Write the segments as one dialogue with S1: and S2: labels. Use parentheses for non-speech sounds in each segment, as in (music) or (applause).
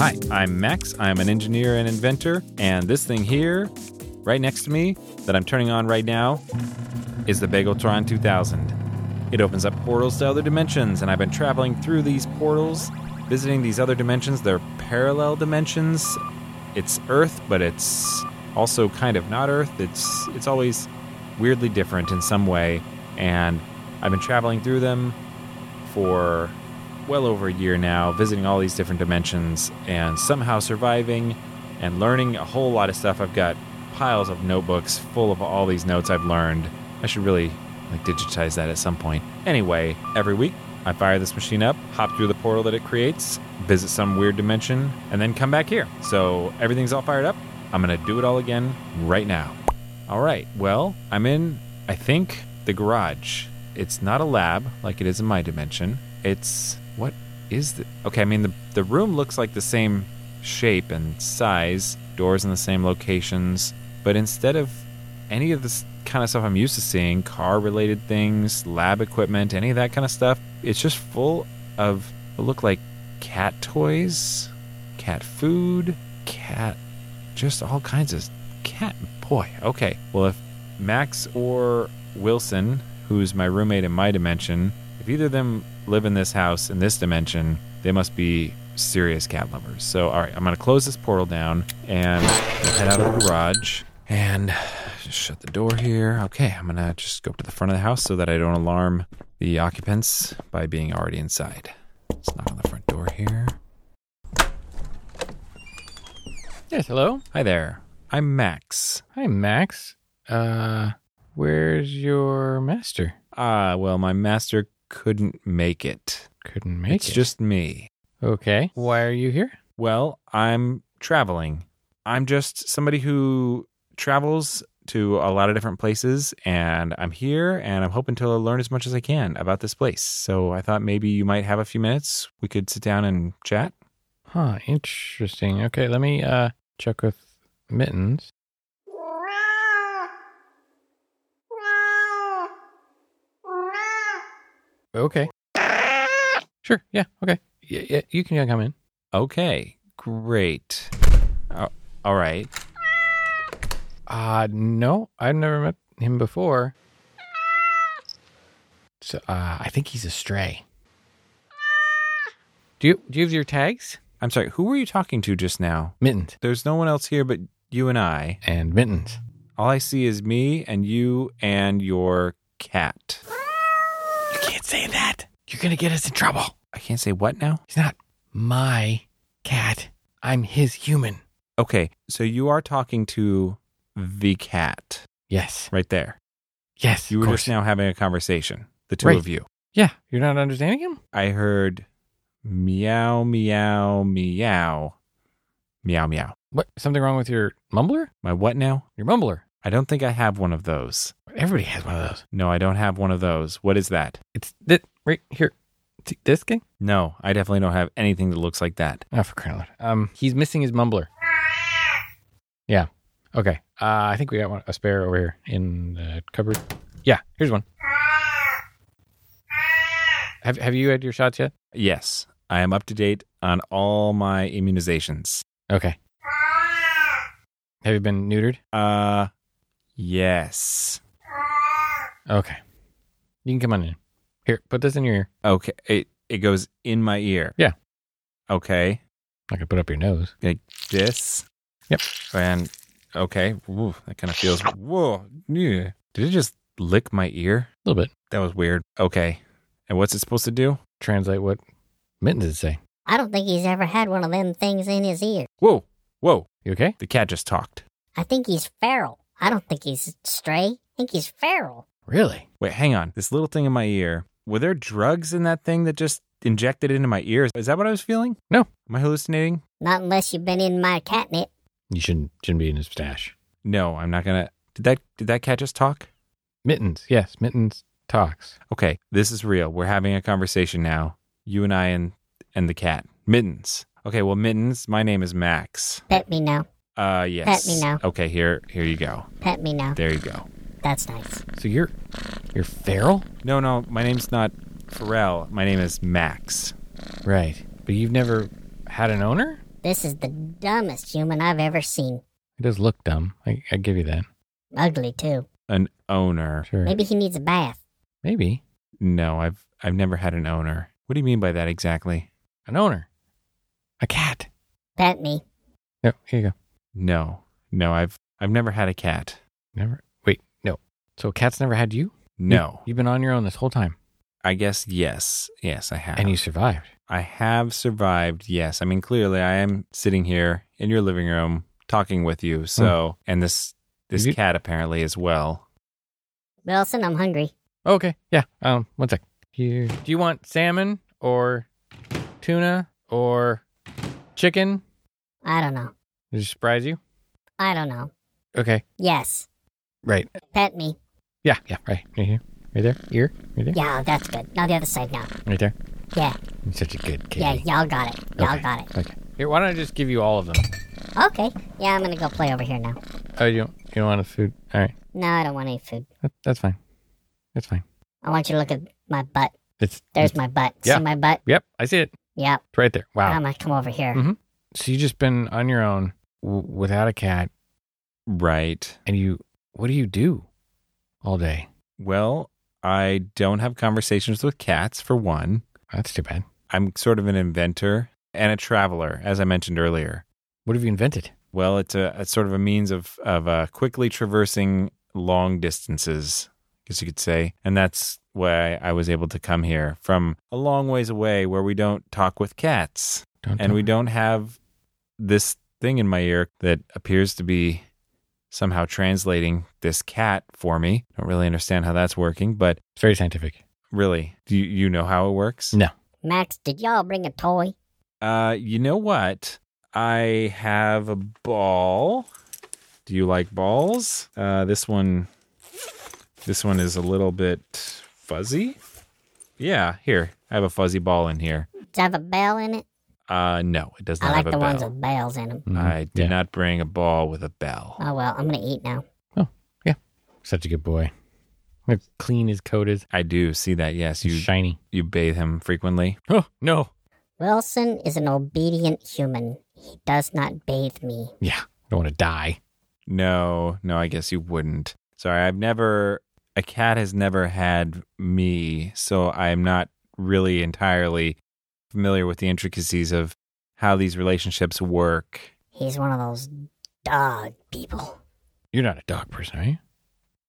S1: Hi, I'm Max. I'm an engineer and inventor. And this thing here, right next to me, that I'm turning on right now, is the Bageltron 2000. It opens up portals to other dimensions, and I've been traveling through these portals, visiting these other dimensions. They're parallel dimensions. It's Earth, but it's also kind of not Earth. It's it's always weirdly different in some way, and I've been traveling through them for well over a year now, visiting all these different dimensions and somehow surviving and learning a whole lot of stuff. I've got piles of notebooks full of all these notes I've learned. I should really like digitize that at some point. Anyway, every week I fire this machine up, hop through the portal that it creates, visit some weird dimension, and then come back here. So everything's all fired up. I'm going to do it all again right now. All right. Well, I'm in, I think, the garage. It's not a lab like it is in my dimension. It's what is the okay? I mean, the the room looks like the same shape and size, doors in the same locations, but instead of any of this kind of stuff I'm used to seeing, car related things, lab equipment, any of that kind of stuff, it's just full of what look like cat toys, cat food, cat just all kinds of cat boy okay well if max or wilson who's my roommate in my dimension if either of them live in this house in this dimension they must be serious cat lovers so all right i'm gonna close this portal down and head out of the garage and just shut the door here okay i'm gonna just go up to the front of the house so that i don't alarm the occupants by being already inside let's knock on the front door here
S2: Yes, hello.
S1: hi there i'm max
S2: Hi, Max. Uh, where's your master?
S1: Ah, well, my master couldn't make it.
S2: Couldn't make
S1: it's
S2: it.
S1: just me.
S2: okay. Why are you here?
S1: Well, I'm traveling. I'm just somebody who travels to a lot of different places, and I'm here, and I'm hoping to learn as much as I can about this place. So I thought maybe you might have a few minutes. We could sit down and chat.
S2: Huh. Interesting. Okay, let me uh check with Mittens. Okay. Sure. Yeah. Okay. Yeah. yeah you can come in.
S1: Okay, great. Uh, all right.
S2: Uh no, I've never met him before. So uh, I think he's a stray. Do you do you have your tags?
S1: I'm sorry. Who were you talking to just now?
S2: Mittens
S1: There's no one else here but you and I.
S2: and mittens.
S1: All I see is me and you and your cat.
S2: You can't say that. You're gonna get us in trouble.
S1: I can't say what now?
S2: He's not my cat. I'm his human.
S1: Okay, so you are talking to the cat
S2: Yes.
S1: right there.
S2: Yes.
S1: You
S2: of
S1: were
S2: course.
S1: just now having a conversation, the two
S2: Right.
S1: of you.
S2: Yeah. You're not understanding him?
S1: I heard meow, meow, meow, meow, meow.
S2: What? Something wrong with your mumbler?
S1: My what now?
S2: Your mumbler.
S1: I don't think I have one of those.
S2: Everybody has one of those.
S1: No, I don't have one of those. What is that?
S2: It's this right here. See This guy?
S1: No, I definitely don't have anything that looks like that.
S2: Oh, for crying out loud. Um, he's missing his mumbler. Yeah. Okay. Uh, I think we got one, a spare over here in the cupboard. Yeah. Here's one. Have Have you had your shots yet?
S1: Yes, I am up to date on all my immunizations.
S2: Okay. Have you been neutered?
S1: Uh, yes.
S2: Okay. You can come on in. Here, put this in your ear.
S1: Okay, it it goes in my ear.
S2: Yeah.
S1: Okay.
S2: I could put up your nose.
S1: Like this.
S2: Yep.
S1: And okay, Ooh, that kind of feels. Whoa. Yeah. Did it just lick my ear?
S2: A little bit.
S1: That was weird. Okay. And what's it supposed to do?
S2: Translate what Mittens is saying.
S3: I don't think he's ever had one of them things in his ear.
S1: Whoa. Whoa.
S2: You okay?
S1: The cat just talked.
S3: I think he's feral. I don't think he's stray. I think he's feral.
S2: Really?
S1: Wait, hang on. This little thing in my ear. Were there drugs in that thing that just injected into my ears? Is that what I was feeling?
S2: No.
S1: Am I hallucinating?
S3: Not unless you've been in my catnip.
S2: You shouldn't shouldn't be in his stash.
S1: No, I'm not gonna. Did that? Did that cat just talk?
S2: Mittens, yes, Mittens talks.
S1: okay, this is real. We're having a conversation now. You and I and and the cat. Mittens. Okay, well Mittens, my name is Max.
S3: Pet me now.
S1: Uh yes.
S3: Pet me now.
S1: Okay, here here you go.
S3: Pet me now.
S1: There you go.
S3: That's nice.
S2: So you're you're feral?
S1: No, no, my name's not Pharrell. My name is Max.
S2: Right. But you've never had an owner?
S3: This is the dumbest human I've ever seen.
S2: It does look dumb. I, I give you that.
S3: Ugly, too.
S1: An owner.
S2: Sure.
S3: Maybe he needs a bath.
S2: Maybe.
S1: No, I've I've never had an owner. What do you mean by that exactly?
S2: An owner. A cat.
S3: Pet me.
S2: No, here you go.
S1: No. No, I've I've never had a cat.
S2: Never. Wait, no. So a cat's never had you?
S1: No.
S2: You've been on your own this whole time.
S1: I guess yes. Yes, I have.
S2: And you survived.
S1: I have survived. Yes. I mean, clearly I am sitting here in your living room talking with you. So, and this this
S2: You-
S1: cat apparently as well.
S3: Wilson, I'm hungry.
S2: Okay. Yeah. Um, one sec. Here. Do you want salmon or tuna or chicken?
S3: I don't know.
S2: Did it surprise you?
S3: I don't know.
S2: Okay.
S3: Yes.
S2: Right.
S3: Pet me.
S2: Yeah. Yeah. Right. Right here. Right there. Here. Right there.
S3: Yeah, that's good. Now the other side now.
S2: Right there.
S3: Yeah.
S2: You're such a good kitty.
S3: Yeah, y'all got it. Y'all
S2: Okay.
S3: got it.
S2: Okay. Here, why don't I just give you all of them?
S3: Okay. Yeah, I'm gonna go play over here now.
S2: Oh, you don't, you don't want a food? All right.
S3: No, I don't want any food.
S2: That, that's fine. That's fine.
S3: I want you to look at my butt.
S2: It's
S3: There's my butt.
S2: Mm. Yeah.
S3: See my butt?
S2: Yep. I see it.
S3: Yep.
S2: It's right there. Wow.
S3: I'm gonna come over here.
S2: Mhm. so you just been on your own w- without a cat,
S1: Right.
S2: and you what do you do all day?
S1: Well, I don't have conversations with cats for one.
S2: That's too bad.
S1: I'm sort of an inventor and a traveler, as I mentioned earlier.
S2: What have you invented?
S1: Well, it's a, it's sort of a means of of uh, quickly traversing long distances, I guess you could say, and that's why I was able to come here from a long ways away, where we don't talk with cats
S2: Don't
S1: and we don't have this thing in my ear that appears to be somehow translating this cat for me. Don't really understand how that's working, but
S2: It's very scientific.
S1: really, do you, you know how it works?
S2: No.
S3: Max, did y'all bring a toy?
S1: Uh, you know what? I have a ball. Do you like balls? Uh, this one, this one is a little bit fuzzy. Yeah, here I have a fuzzy ball in here.
S3: Does it have a bell in it?
S1: Uh, no, it does not
S3: I like
S1: have
S3: the
S1: a
S3: ones
S1: bell.
S3: with bells in them.
S1: I did
S2: Yeah.
S1: not bring a ball with a bell.
S3: Oh well, I'm gonna eat now.
S2: Such a good boy. Look clean his coat is.
S1: I do see that. Yes,
S2: He's
S1: you
S2: shiny.
S1: you bathe him frequently.
S2: Oh no.
S3: Wilson is an obedient human. He does not bathe me.
S2: Yeah. I don't want to die.
S1: No, no, I guess you wouldn't. Sorry, I've never a cat has never had me, so I'm not really entirely familiar with the intricacies of how these relationships work.
S3: He's one of those dog people.
S2: You're not a dog person, are you?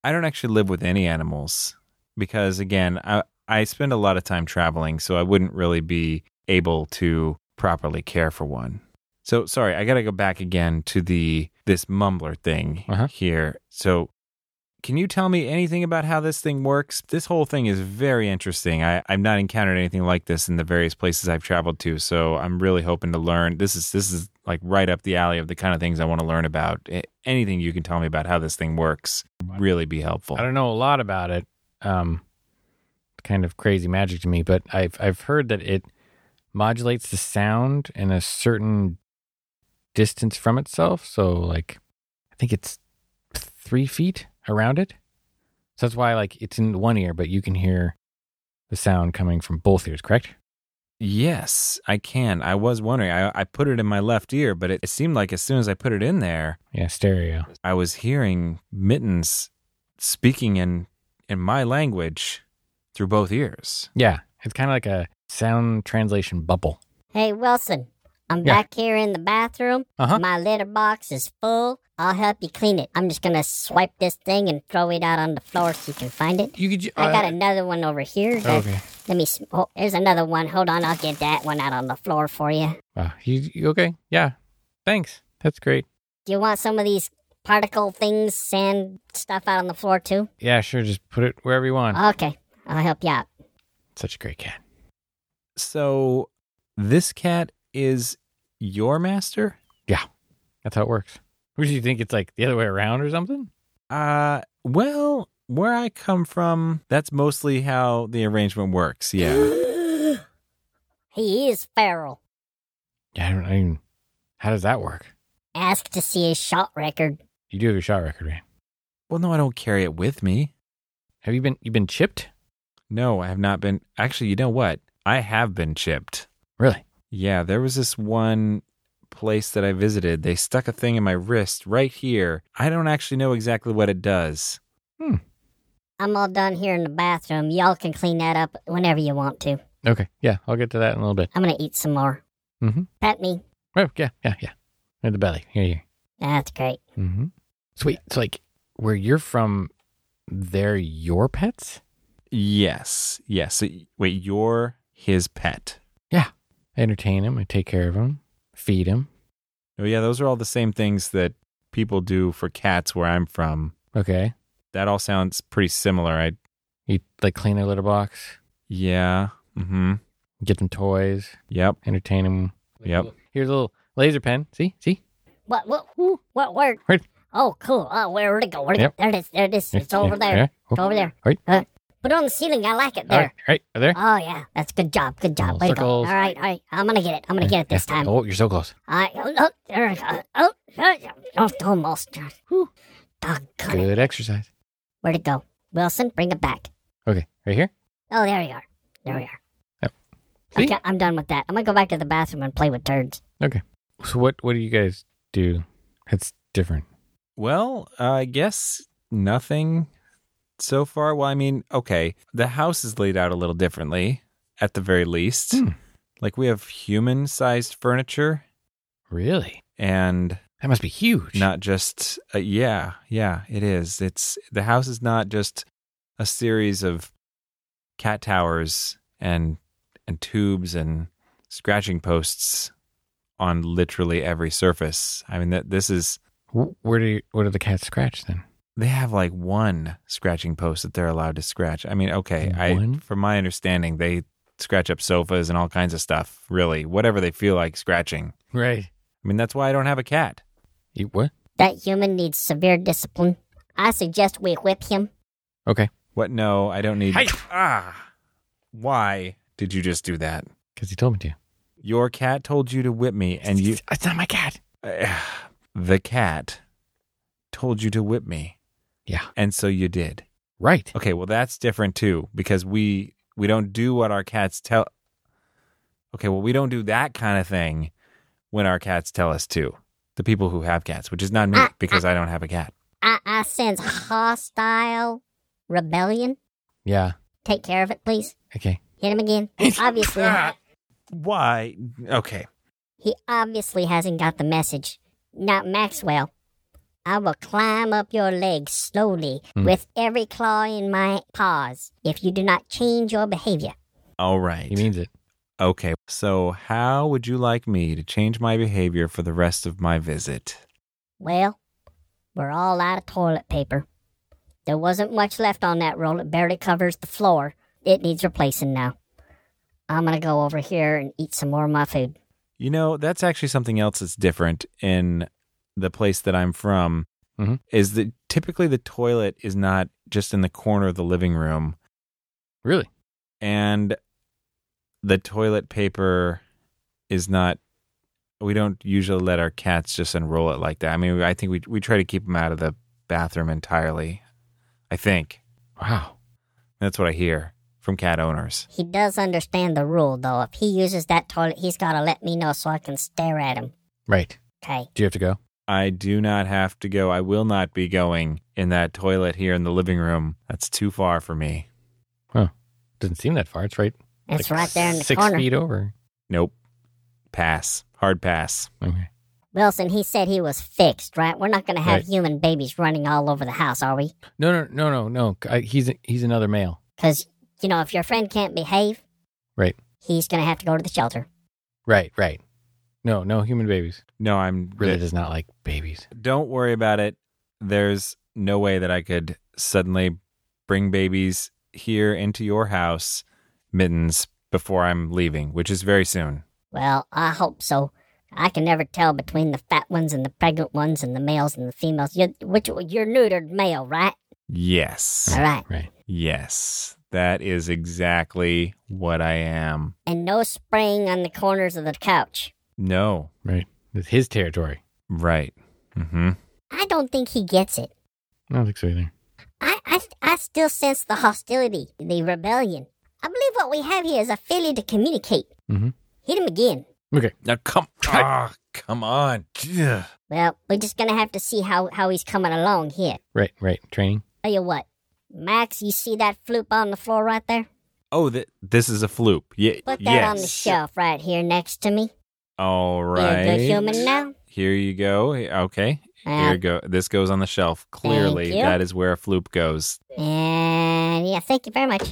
S1: I don't actually live with any animals because again, I I spend a lot of time traveling, so I wouldn't really be able to properly care for one. So sorry, I got to go back again to the this mumbler thing
S2: Uh-huh.
S1: here. So can you tell me anything about how this thing works? This whole thing is very interesting. I, I've not encountered anything like this in the various places I've traveled to, so I'm really hoping to learn. This is this is like right up the alley of the kind of things I want to learn about. A- Anything you can tell me about how this thing works would really be helpful.
S2: I don't know a lot about it. Um, it's kind of crazy magic to me, but I've I've heard that it modulates the sound in a certain distance from itself. So like, I think it's three feet around it. So that's why like it's in one ear, but you can hear the sound coming from both ears. Correct?
S1: Yes, I can. I was wondering. I, I put it in my left ear, but it, it seemed like as soon as I put it in there,
S2: Yeah, stereo.
S1: I was hearing Mittens speaking in in my language through both ears.
S2: Yeah, it's kind of like a sound translation bubble.
S3: Hey Wilson, I'm
S2: Yeah.
S3: back here in the bathroom.
S2: Uh-huh.
S3: My litter box is full. I'll help you clean it. I'm just gonna swipe this thing and throw it out on the floor so you can find it.
S2: You could. ju-
S3: I got
S2: uh,
S3: another one over here. that-
S2: Okay.
S3: Let me. s- Oh, there's another one. Hold on, I'll get that one out on the floor for you.
S2: Wow. You, you okay? Yeah. Thanks. That's great.
S3: Do you want some of these particle things, sand stuff out on the floor too?
S2: Yeah, sure. Just put it wherever you want.
S3: Okay, I'll help you out.
S2: Such a great cat.
S1: So this cat is your master?
S2: That's how it works. What do you think? It's like the other way around or something?
S1: Uh well, where I come from, that's mostly how the arrangement works. Yeah.
S3: He is feral.
S2: Yeah, I don't I mean, how does that work?
S3: Ask to see his shot record.
S2: You do have your shot record, right?
S1: well, no, I don't carry it with me.
S2: Have you been you been chipped?
S1: No, I have not been. Actually, you know what? I have been chipped.
S2: Really?
S1: Yeah, there was this one place that I visited, they stuck a thing in my wrist right here. I don't actually know exactly what it does.
S3: I'm all done here in the bathroom. Y'all can clean that up whenever you want to.
S2: Okay. Yeah. I'll get to that in a little bit.
S3: I'm gonna eat some more.
S2: Mhm.
S3: Pet me.
S2: Oh, yeah. Yeah. Yeah. In the belly. Here you
S3: That's great.
S2: Mm-hmm. Sweet. So, like, where you're from, they're your pets?
S1: Yes. Yes. So, wait, you're his pet.
S2: I entertain them. I take care of them, feed them.
S1: Oh, yeah. Those are all the same things that people do for cats where I'm from.
S2: Okay.
S1: That all sounds pretty similar. I,
S2: You, like, clean their litter box,
S1: yeah. Mm hmm.
S2: get them toys,
S1: Yep.
S2: entertain them.
S1: Yep.
S2: Here's a little laser pen. See? See?
S3: What? What? who- What word?
S2: Word.
S3: Oh, cool. Oh, where where'd it go? Where'd it
S2: Yep.
S3: go? There it is. There it is. It's
S2: Yeah,
S3: over
S2: yeah,
S3: there.
S2: yeah. Oh,
S3: It's over there.
S2: Right.
S3: Uh, put it on the ceiling. I like it
S2: All right.
S3: there.
S2: All right. Are there?
S3: Oh yeah, that's good job. Good job.
S2: Little
S3: Way to go. All
S2: circles.
S3: right, all right. I'm gonna get it. I'm gonna get it this
S2: Yeah.
S3: time.
S2: Oh, you're so close.
S3: I oh, oh, there I go. Oh, oh, oh, almost. Whew. Doggone it.
S2: Good exercise.
S3: Where'd it go? Wilson, bring it back.
S2: Okay. Right here?
S3: Oh, there we are. There we are.
S2: Yep. See?
S3: Okay, I'm done with that. I'm gonna go back to the bathroom and play with turds.
S2: So, what, what do you guys do that's different?
S1: Well, I guess nothing so far. Well, I mean, okay, the house is laid out a little differently, at the very least.
S2: Hmm.
S1: Like we have human sized furniture
S2: Really?
S1: and
S2: That must be huge.
S1: not just, uh, yeah, yeah, it is. It's the house is not just a series of cat towers and and tubes and scratching posts on literally every surface. I mean that this is
S2: Wh- Where do you, what do the cats scratch then?
S1: they have like one scratching post that they're allowed to scratch. I mean, okay, I
S2: One?
S1: from my understanding, they scratch up sofas and all kinds of stuff, really, whatever they feel like scratching.
S2: Right.
S1: I mean, that's why I don't have a cat.
S2: You, what?
S3: That human needs severe discipline. I suggest we whip him.
S2: Okay.
S1: What? No, I don't need.
S2: Hey!
S1: Ah, why did you just do that?
S2: Because he told me to.
S1: Your cat told you to whip me, and you, (sighs)
S2: It's not my cat.
S1: the cat, told you to whip me,
S2: Yeah.
S1: and so you did.
S2: Right.
S1: Okay, well that's different too because we we don't do what our cats tell. Okay, well we don't do that kind of thing when our cats tell us to. The people who have cats, which is not me because I don't have a cat.
S3: I, I sense hostile rebellion.
S2: Yeah.
S3: Take care of it, please.
S2: Okay.
S3: Hit him again. Obviously,
S1: Why? Okay.
S3: he obviously hasn't got the message. Now, Maxwell, I will climb up your legs slowly
S2: Hmm.
S3: with every claw in my paws if you do not change your behavior.
S1: All right.
S2: He means it.
S1: okay. So, how would you like me to change my behavior for the rest of my visit?
S3: Well, we're all out of toilet paper. There wasn't much left on that roll. It barely covers the floor. It needs replacing now. I'm going to go over here and eat some more of my food.
S1: You know, that's actually something else that's different in the place that I'm from.
S2: Mhm.
S1: Is that typically the toilet is not just in the corner of the living room.
S2: Really?
S1: and the toilet paper is not we don't usually let our cats just unroll it like that. I mean, I think we we try to keep them out of the bathroom entirely. I think
S2: Wow.
S1: that's what I hear from cat owners.
S3: He does understand the rule, though. If he uses that toilet, he's got to let me know so I can stare at him.
S2: Right.
S3: Okay.
S2: Do you have to go?
S1: I do not have to go. I will not be going in that toilet here in the living room. That's too far for me.
S2: Doesn't seem that far. It's right.
S3: It's
S2: like,
S3: right there in the
S2: six
S3: corner.
S2: feet over.
S1: Nope. Pass. Hard pass.
S2: Okay.
S3: Wilson, he said he was fixed, right? We're not going to have
S2: Right.
S3: human babies running all over the house, are we?
S2: No, no, no, no, no. I, he's he's another male.
S3: Because, you know, if your friend can't behave,
S2: Right.
S3: he's going to have to go to the shelter.
S2: Right. Right. No, no human babies.
S1: No, I'm
S2: Really does not like babies.
S1: don't worry about it. There's no way that I could suddenly bring babies here into your house, mittens, before I'm leaving, which is very soon.
S3: Well, I hope so. I can never tell between the fat ones and the pregnant ones and the males and the females. You're, which you're neutered male, right?
S1: Yes.
S3: All right.
S2: Right.
S1: Yes. That is exactly what I am.
S3: And no spraying on the corners of the couch.
S1: No.
S2: Right. It's his territory.
S1: Right. Mm-hmm.
S3: I don't think he gets it.
S2: I don't think so either.
S3: I, I, I still sense the hostility, the rebellion. I believe what we have here is a failure to communicate.
S2: Mhm.
S3: Hit him again.
S2: Okay.
S1: Now come ah, come on. Ugh.
S3: Well, we're just gonna have to see how, how he's coming along here.
S2: Right, right. Training.
S3: Tell you what, Max, you see that floop on the floor right there?
S1: Oh, th- this is a floop. Yeah.
S3: Put that
S1: yes.
S3: on the shelf right here next to me.
S1: All right.
S3: You're a good human now.
S1: Here you go. Okay. Here
S3: Uh,
S1: you go. This goes on the shelf. Clearly,
S3: you.
S1: that is where a floop goes.
S3: Uh, and yeah, thank you very much.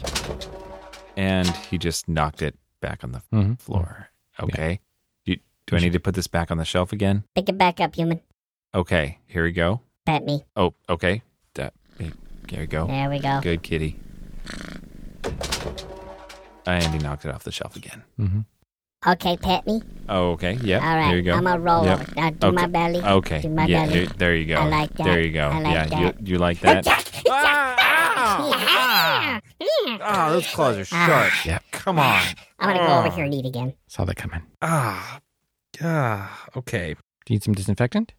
S1: And he just knocked it back on the
S2: Mhm.
S1: floor. Okay. Do, do I need to put this back on the shelf again?
S3: Pick it back up, human.
S1: Okay. Here we go.
S3: Pet me.
S1: Oh, okay. That. eh, There you go.
S3: There we go.
S1: Good kitty. And he knocked it off the shelf again.
S2: Mm-hmm.
S3: Okay, pet me.
S1: Oh, okay. Yep.
S3: All right,
S1: Here you go.
S3: I'm gonna roll
S1: Yep.
S3: over. Now do
S1: Okay. Oh,
S3: my belly.
S1: Okay.
S3: Do my
S1: yeah,
S3: belly.
S1: you- there you go.
S3: I like that.
S1: There you go.
S3: I like
S1: yeah,
S3: that.
S1: you you like that?
S3: (laughs) Ah!
S1: Ah, those claws are
S3: Ah.
S1: Yeah. Come on.
S3: I'm gonna go over here and eat again.
S2: Saw that coming.
S1: Ah. Ah. Okay.
S2: Do you need some disinfectant?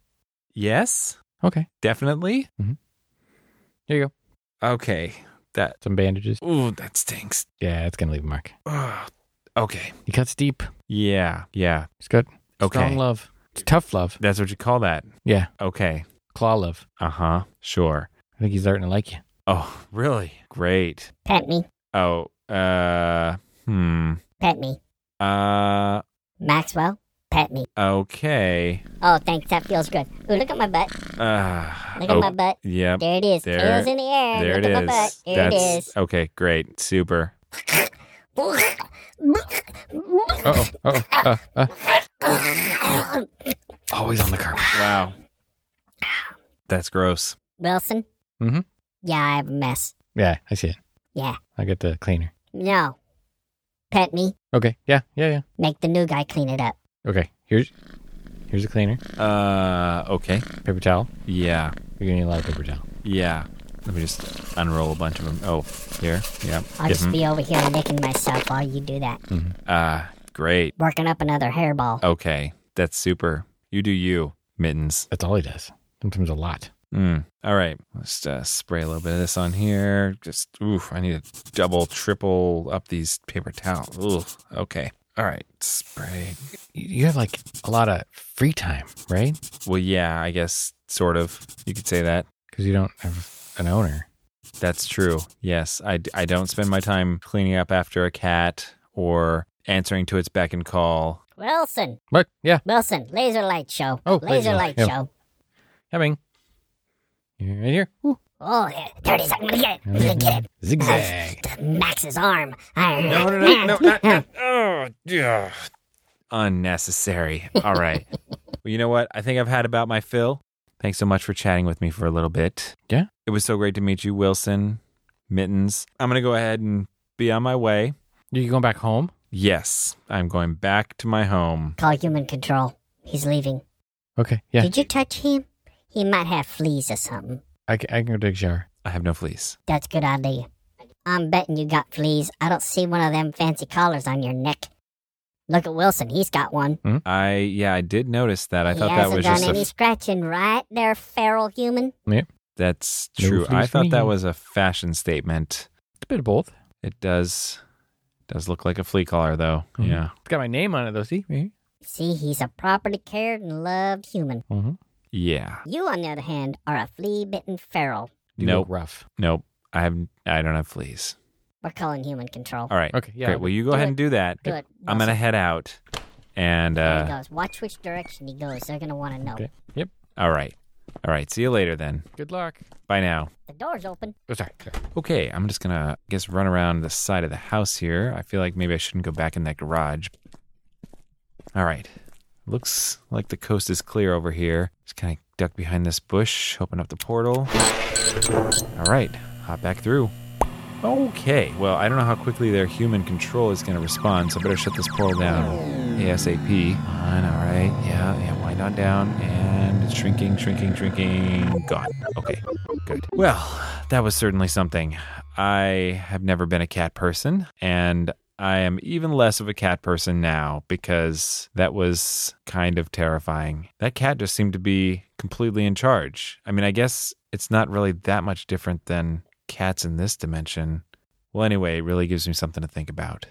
S1: Yes.
S2: Okay.
S1: Definitely.
S2: Here you go.
S1: Okay. That.
S2: Some bandages.
S1: Ooh, that stinks.
S2: Yeah, it's gonna leave a mark.
S1: Ah. Okay.
S2: He cuts deep.
S1: Yeah. Yeah.
S2: It's good.
S1: Okay.
S2: Strong love. It's tough love.
S1: That's what you call that.
S2: Yeah.
S1: Okay.
S2: Claw love.
S1: Uh huh. Sure.
S2: I think he's starting to like you.
S1: Oh, really? Great.
S3: Pet me.
S1: Oh. Uh. Hmm.
S3: Pet me.
S1: Uh.
S3: Maxwell, pet me.
S1: Okay.
S3: Oh, thanks. That feels good. Ooh, look at my butt.
S1: Uh,
S3: Look at my butt.
S1: Yep.
S3: There it is.
S1: There-
S3: Tails in the air.
S1: There
S3: look
S1: it is.
S3: at my butt. There
S1: That's-
S3: it is.
S1: Okay, great. Super.
S2: Uh-oh. Uh-oh. Uh oh. Always on the carpet.
S1: Wow. That's gross.
S3: Wilson? Mm-hmm.
S2: Mhm.
S3: Yeah, I have a mess.
S2: Yeah, I see it.
S3: Yeah.
S2: I get the cleaner.
S3: No. Pet me.
S2: Okay. Yeah. Yeah. Yeah.
S3: Make the new guy clean it up.
S2: Okay. Here's here's a cleaner.
S1: Uh, okay.
S2: Paper towel.
S1: Yeah.
S2: You're gonna need a lot of paper towel.
S1: Yeah. Let me just unroll a bunch of them. Oh, here. Yep.
S3: I'll just be over here nicking myself while you do that.
S1: Uh, great.
S3: Working up another hairball.
S1: Okay. That's super. You do you, mittens.
S2: That's all he does. Sometimes a lot.
S1: Mm. All right. Let's uh, spray a little bit of this on here. Just, oof, I need to double, triple up these paper towels. Oof. Okay. All right. Spray.
S2: You- You have like a lot of free time, right?
S1: Well, yeah, I guess sort of. You could say that.
S2: Because you don't have an owner.
S1: That's true. Yes, I, d- I don't spend my time cleaning up after a cat or answering to its beck and call.
S3: Wilson!
S2: What? Yeah.
S3: Wilson, laser light show.
S2: Oh,
S3: laser
S2: laser light,
S3: light
S2: yeah.
S3: show.
S2: Having. You're right here. Ooh.
S3: Oh, yeah, there it is. I'm gonna get it. I'm gonna get it.
S2: Zigzag.
S3: Max's arm. No, (laughs)
S1: Oh, yeah.
S2: (laughs)
S1: Unnecessary. All right. well, you know what? I think I've had about my fill. Thanks so much for chatting with me for a little bit.
S2: Yeah.
S1: It was so great to meet you, Wilson, Mittens. I'm going to go ahead and be on my way.
S2: You going back home?
S1: Yes, I'm going back to my home.
S3: Call human control. He's leaving.
S2: Okay. Yeah.
S3: Did you touch him? He might have fleas or something.
S2: I, ca- I can go take a shower.
S1: I have no fleas.
S3: That's a good idea. I'm betting you got fleas. I don't see one of them fancy collars on your neck. Look at Wilson. He's got one.
S1: I yeah, I did notice that. I
S3: he
S1: thought that
S3: hasn't
S1: was
S3: done
S1: just a
S3: any scratching, right there, feral human.
S1: That's
S2: No
S1: true.
S2: fleas
S1: I
S2: for
S1: thought that
S2: me.
S1: was a fashion statement.
S2: It's a bit of both.
S1: It does does look like a flea collar though.
S2: Mhm.
S1: Yeah.
S2: It's got my name on it though. See? Right
S3: See, he's a properly cared and loved human.
S2: here. Mhm.
S1: Yeah.
S3: You, on the other hand, are a flea-bitten feral.
S2: You
S1: Nope.
S2: look rough.
S1: Nope. I have I don't have fleas.
S3: We're calling human control.
S1: All right.
S2: Okay, yeah,
S1: Great.
S2: I'll
S1: Well
S2: do-
S1: you go
S3: do
S1: ahead
S3: it.
S1: and do that.
S3: Good.
S1: I'm gonna head out. And
S3: There he
S1: uh
S3: goes. Watch which direction he goes. They're gonna want to know.
S2: Okay. Yep.
S1: all right. All right. See you later then.
S2: Good luck.
S1: Bye now.
S3: The door's open.
S2: Oh, sorry. sorry.
S1: Okay, I'm just gonna I guess run around the side of the house here. I feel like maybe I shouldn't go back in that garage. All right, looks like the coast is clear over here. Just kind of duck behind this bush, open up the portal. All right, hop back through. Okay, well I don't know how quickly their human control is gonna respond, so I better shut this portal down ASAP. Come On, all right, yeah, yeah, wind on down, and it's shrinking, shrinking, shrinking. Gone. Okay, good. Well, that was certainly something. I have never been a cat person, and I am even less of a cat person now because that was kind of terrifying. That cat just seemed to be completely in charge. I mean, I guess it's not really that much different than cats in this dimension. Well, anyway, it really gives me something to think about.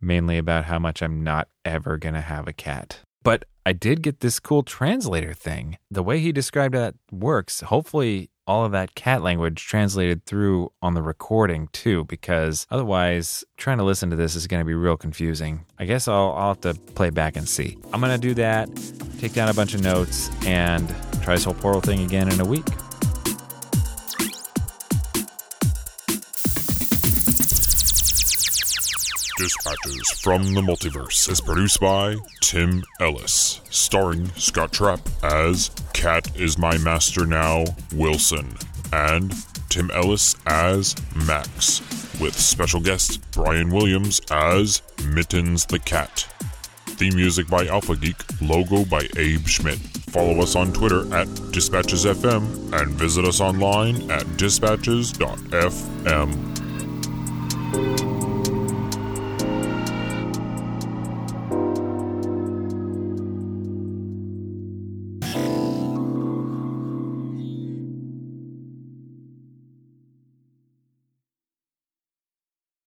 S1: mainly about how much I'm not ever going to have a cat. But I did get this cool translator thing. The way he described that works, hopefully, all of that cat language translated through on the recording too, because otherwise, trying to listen to this is going to be real confusing. I guess I'll, I'll have to play back and see. I'm going to do that, take down a bunch of notes, and try this whole portal thing again in a week.
S4: Dispatches from the Multiverse is produced by Tim Ellis, starring Scott Trapp as Cat is My Master Now Wilson, and Tim Ellis as Max, with special guest Brian Williams as Mittens the Cat. Theme music by Alpha Geek, logo by Abe Schmidt. Follow us on Twitter at Dispatches FM and visit us online at dispatches.fm.